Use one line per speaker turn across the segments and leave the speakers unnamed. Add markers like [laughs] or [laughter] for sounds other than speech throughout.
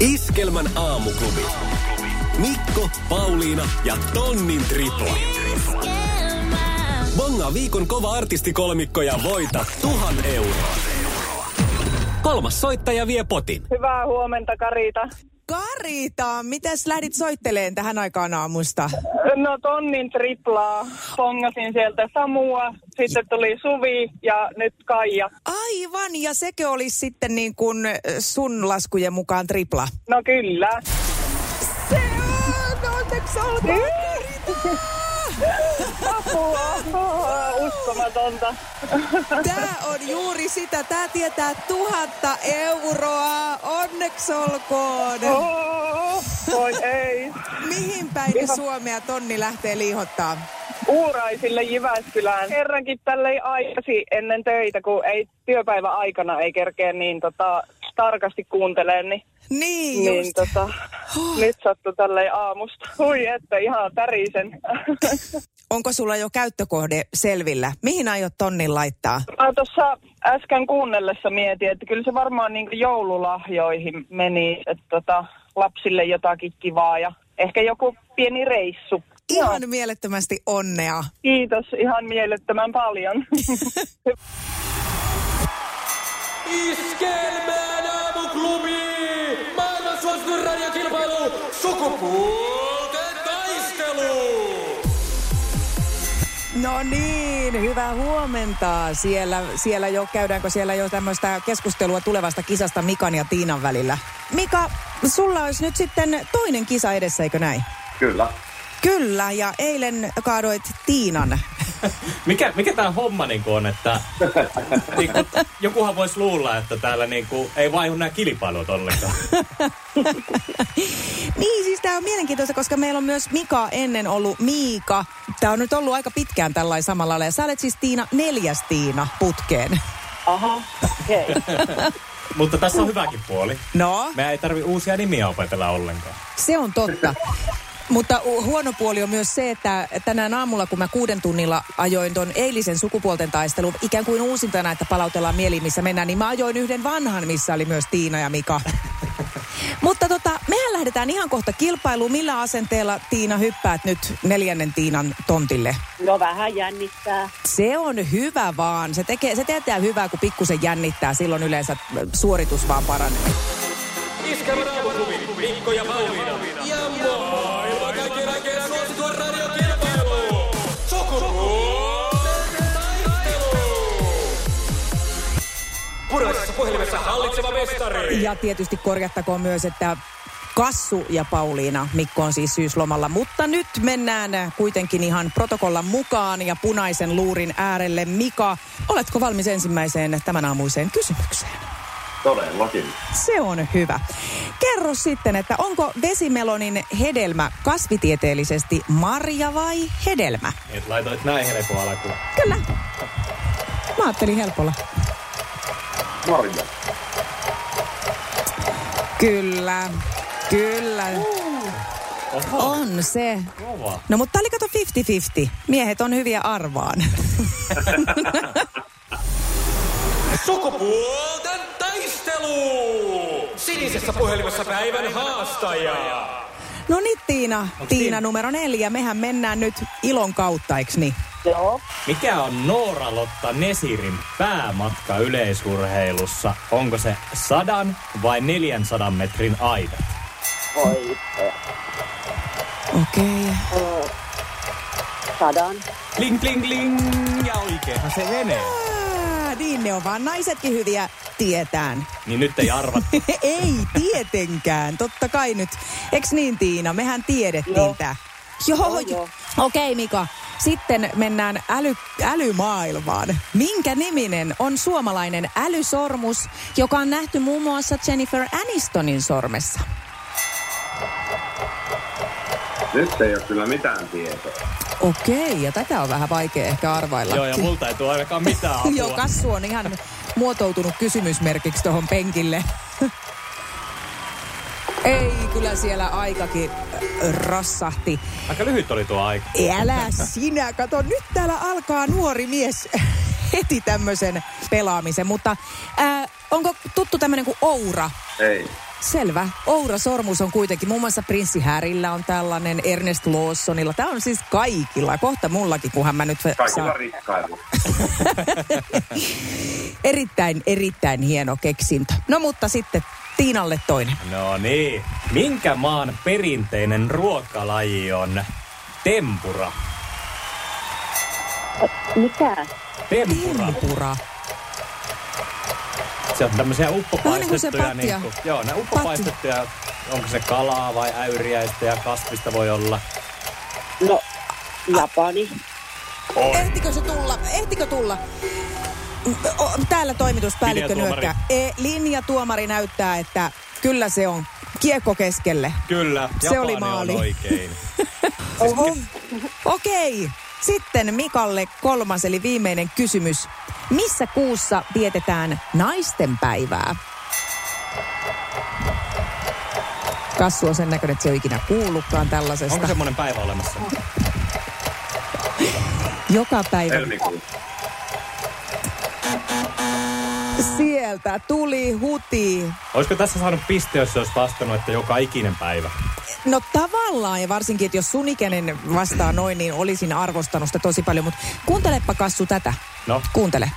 Iskelmän aamuklubi. Mikko, Pauliina ja Tonnin tripla. Bonga viikon kova artistikolmikko ja voita tuhan euroa. Kolmas soittaja vie potin.
Hyvää huomenta, Karita.
Karita, mitäs lähdit soitteleen tähän aikaan aamusta?
No tonnin triplaa. Pongasin sieltä Samua, sitten tuli Suvi ja nyt Kaija.
Aivan, ja sekö olisi sitten niin kuin sun laskujen mukaan tripla?
No kyllä.
Se on! Onneksi olkoon, Karita!
Apua, apua, uskomatonta.
Tää on juuri sitä. Tää tietää tuhatta euroa. Onneksi olkoon.
Oh, voi ei.
Mihin päin Suomea tonni lähtee liihottaa?
Uuraisille Jyväskylään. Kerrankin tällei aikasi ennen töitä, kun ei työpäivän aikana ei kerkeä niin tota, tarkasti kuuntelee, niin,
Niin just.
niin tota, nyt sattui tällei aamusta. Hui, että ihan [laughs] tärisen.
Onko sulla jo käyttökohde selvillä? Mihin aiot tonnin laittaa?
Mä tuossa äsken kuunnellessa mietin, että kyllä se varmaan niin joululahjoihin meni, että tota, lapsille jotakin kivaa ja ehkä joku pieni reissu.
Ihan mielettömästi onnea.
Kiitos ihan mielettömän paljon.
Iskelmään
er
aamuklubi! Maailman suosituin radiokilpailu! Sukupuolten taistelu!
No niin, hyvää huomenta. Siellä, siellä jo, käydäänkö siellä jo tämmöistä keskustelua tulevasta kisasta Mikan ja Tiinan välillä? Mika, sulla olisi nyt sitten toinen kisa edessä, eikö näin?
Kyllä.
Kyllä, ja eilen kaadoit Tiinan.
[laughs] Mikä, mikä tämä homma niinku on, että niinku, jokuhan voisi luulla, että täällä niinku, ei vaihdu nämä kilpailut ollenkaan.
niin, siis tämä on mielenkiintoista, koska meillä on myös Mika ennen ollut Miika. Tämä on nyt ollut aika pitkään tällainen samalla lailla. Ja sä olet siis Tiina neljäs Tiina putkeen.
Aha, okei.
Mutta tässä on hyväkin puoli.
No,
Me ei tarvi uusia nimiä opetella ollenkaan.
se on totta. Mutta u- huono puoli on myös se, että tänään aamulla, kun mä kuuden tunnilla ajoin ton eilisen sukupuolten taistelun, ikään kuin uusintana, että palautellaan mieliin, missä mennään, niin mä ajoin yhden vanhan, missä oli myös Tiina ja Mika. Mutta tota, mehän lähdetään ihan kohta kilpailuun. Millä asenteella Tiina hyppäät nyt neljännen Tiinan tontille?
No vähän jännittää.
Se on hyvä vaan. Se, tekee, se teettää hyvää, kun pikkusen jännittää. Silloin yleensä ö, suoritus vaan paranee.
Iskelmän aamuklubi, Mikko ja Pauliina. Ja maailman kaikkien aikeen suosituin radiokilpailu! Sukupuolten taistelu! Puraisessa puhelimessa hallitseva mestari.
Ja tietysti korjattakoon myös, että Kassu ja Pauliina, Mikko on siis syyslomalla. Mutta nyt mennään kuitenkin ihan protokollan mukaan ja punaisen luurin äärelle. Mika, oletko valmis ensimmäiseen tämän aamuiseen kysymykseen?
Todellakin.
Se on hyvä. Kerro sitten, että onko vesimelonin hedelmä kasvitieteellisesti marja vai hedelmä?
Et laitoit näin helpoa alkuun.
Kyllä. Mä ajattelin helpolla.
Marja.
Kyllä, kyllä.
Oho,
On se.
kova.
No mutta tää oli kato 50-50. Miehet on hyviä arvaan.
Sukupuolten taistelu! Sinisessä puhelimessa
er
päivän haastaja.
No niin Tiina, Tiina,
Tiina?
numero neljä. Mehän mennään nyt ilon kautta, eiks niin?
Joo.
Mikä on Noora Lotta Nesirin päämatka yleisurheilussa? Onko se sadan vai 400 metrin aita?
Oi.
Okei. Okay.
ö, Sadan.
Kling, kling, kling. Ja oikeinhan se menee.
Niin ne on vaan naisetkin hyviä tietään.
Niin nyt ei
[laughs]
arvattu.
Ei tietenkään, totta kai nyt. Eks niin Tiina, mehän tiedettiin
Joo.
tää. Joo,
Joo,
joo.
joo.
Okei Mika, sitten mennään äly, älymaailmaan. Minkä niminen on suomalainen älysormus, joka on nähty muun muassa Jennifer Anistonin sormessa?
Nyt ei ole kyllä mitään tietoa.
Okei, ja tätä on vähän vaikea ehkä arvailla.
Joo, ja multa ei tule ainakaan mitään apua.
Joo, kassu on ihan muotoutunut kysymysmerkiksi tuohon penkille. [laughs] Ei, kyllä siellä aikakin äh, rassahti.
Aika lyhyt oli tuo aika.
Älä sinä, kato, nyt täällä alkaa nuori mies heti tämmöisen pelaamisen, mutta äh, onko tuttu tämmöinen kuin Oura?
Ei.
Selvä. Oura Sormus on kuitenkin, muun muassa Prinssi Härillä on tällainen, Ernest Lawsonilla. Tämä on siis kaikilla, kohta mullakin, kunhan mä nyt
Kaikilla rikkailla.
[laughs] Erittäin, erittäin hieno keksintö. No mutta sitten Tiinalle toinen.
No niin. Minkä maan perinteinen ruokalaji on tempura?
Mitä?
Tempura.
Timpura.
Se on tämmöisiä uppopaistettuja.
Vähän niin kuin se patja.
niinku- joo, ne uppopaistettuja. Onko se kalaa vai äyriäistä ja kasvista voi olla?
No, Japani.
Ehtikö se tulla? Ehtikö tulla? O, täällä toimituspäällikkö
Linjatuomari.
nyökkää. E, linjatuomari näyttää, että kyllä se on. Kiekko keskelle.
Kyllä,
Se
Japani
oli maali.
on
[laughs]
oikein.
Oho. Siis Okei. Sitten Mikalle kolmas, eli viimeinen kysymys. Missä kuussa vietetään naisten päivää? Kassu on sen näköinen, että se ei ole ikinä kuullutkaan tällaisesta.
Onko semmoinen päivä olemassa?
Joka päivä.
Helmikuun.
Sieltä tuli huti.
Olisiko tässä saanut piste, jos se olisi vastannut, että joka ikinen päivä?
No tavallaan, ja varsinkin, että jos sun ikäinen vastaa noin, niin olisin arvostanut sitä tosi paljon. Mutta kuuntelepa Kassu tätä.
No,
Kuuntele.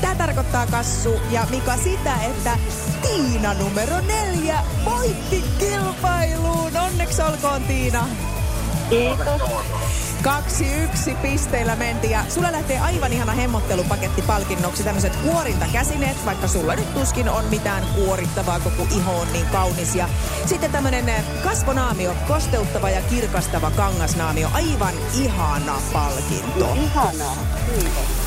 Tämä tarkoittaa Kassu ja Mika sitä, että Tiina numero neljä voitti kilpailuun. Onneksi olkoon Tiina.
Kiitos.
Kaksi yksi pisteillä mentiin ja sulla lähtee aivan ihana hemmottelupaketti palkinnoksi. Tämmöiset kuorintakäsineet, vaikka sulla nyt tuskin on mitään kuorittavaa, koko iho on niin kaunis. Ja sitten tämmönen eh, kasvonaamio, kosteuttava ja kirkastava kangasnaamio. Aivan ihana palkinto.
Ihanaa. Kiitos.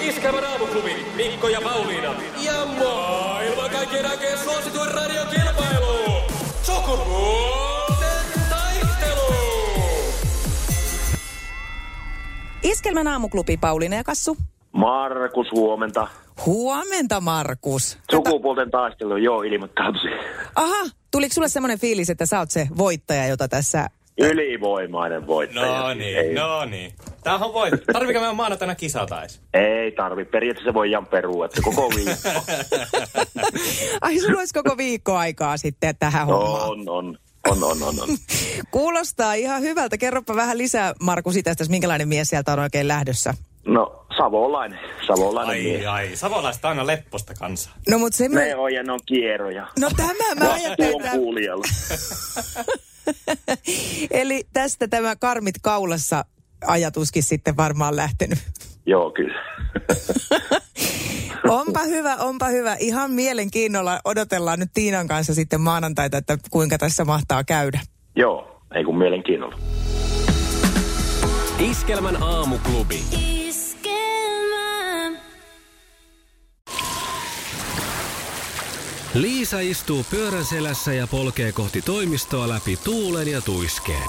Iskävä raamuklubi, Mikko ja Pauliina. Ja maailman kaikkien aikeen suosituen radiokilpailu. Sukupuolten taistelu.
Iskelmän aamuklubi Pauliina ja Kassu.
Markus, huomenta.
Huomenta Markus.
Sukupuolten taistelu, joo, ilmoittautuisin.
Tota, Aha, tuliko sulle semmoinen fiilis, että sä oot se voittaja, jota tässä... [laughs]
Ylivoimainen voittaja.
no
Ei,
niin, no niin. Tämähän voi. Tarviiko meidän maanantaina kisatais?
ei tarvi, periaatteessa voidaan perua, että
[laughs]
koko viikko
Ai sulla olisi koko viikko aikaa sitten tähän hommaan.
on, on, on, on, on, on.
Kuulostaa ihan hyvältä. Kerropa vähän lisää, Markus, tästä, minkälainen mies sieltä on oikein lähdössä.
No, savolainen, savolainen
Ai,
mies.
ai. Savolaiset on aina lepposta kansaa.
No mut se...
Ne on ja ne on kieroja.
No tämä mä
Vastuu
ajattelin.
on
tää-
kuulijalla.
[laughs] Eli tästä tämä karmit kaulassa ajatuskin sitten varmaan lähtenyt.
Joo, kyllä. [laughs]
Onpa hyvä, onpa hyvä. Ihan mielenkiinnolla odotellaan nyt Tiinan kanssa sitten maanantaita, että kuinka tässä mahtaa käydä.
joo, ei kun mielenkiinnolla.
Iskelmän aamuklubi.
Iskelmä.
Liisa istuu pyörän selässä ja polkee kohti toimistoa läpi tuulen ja tuiskeen.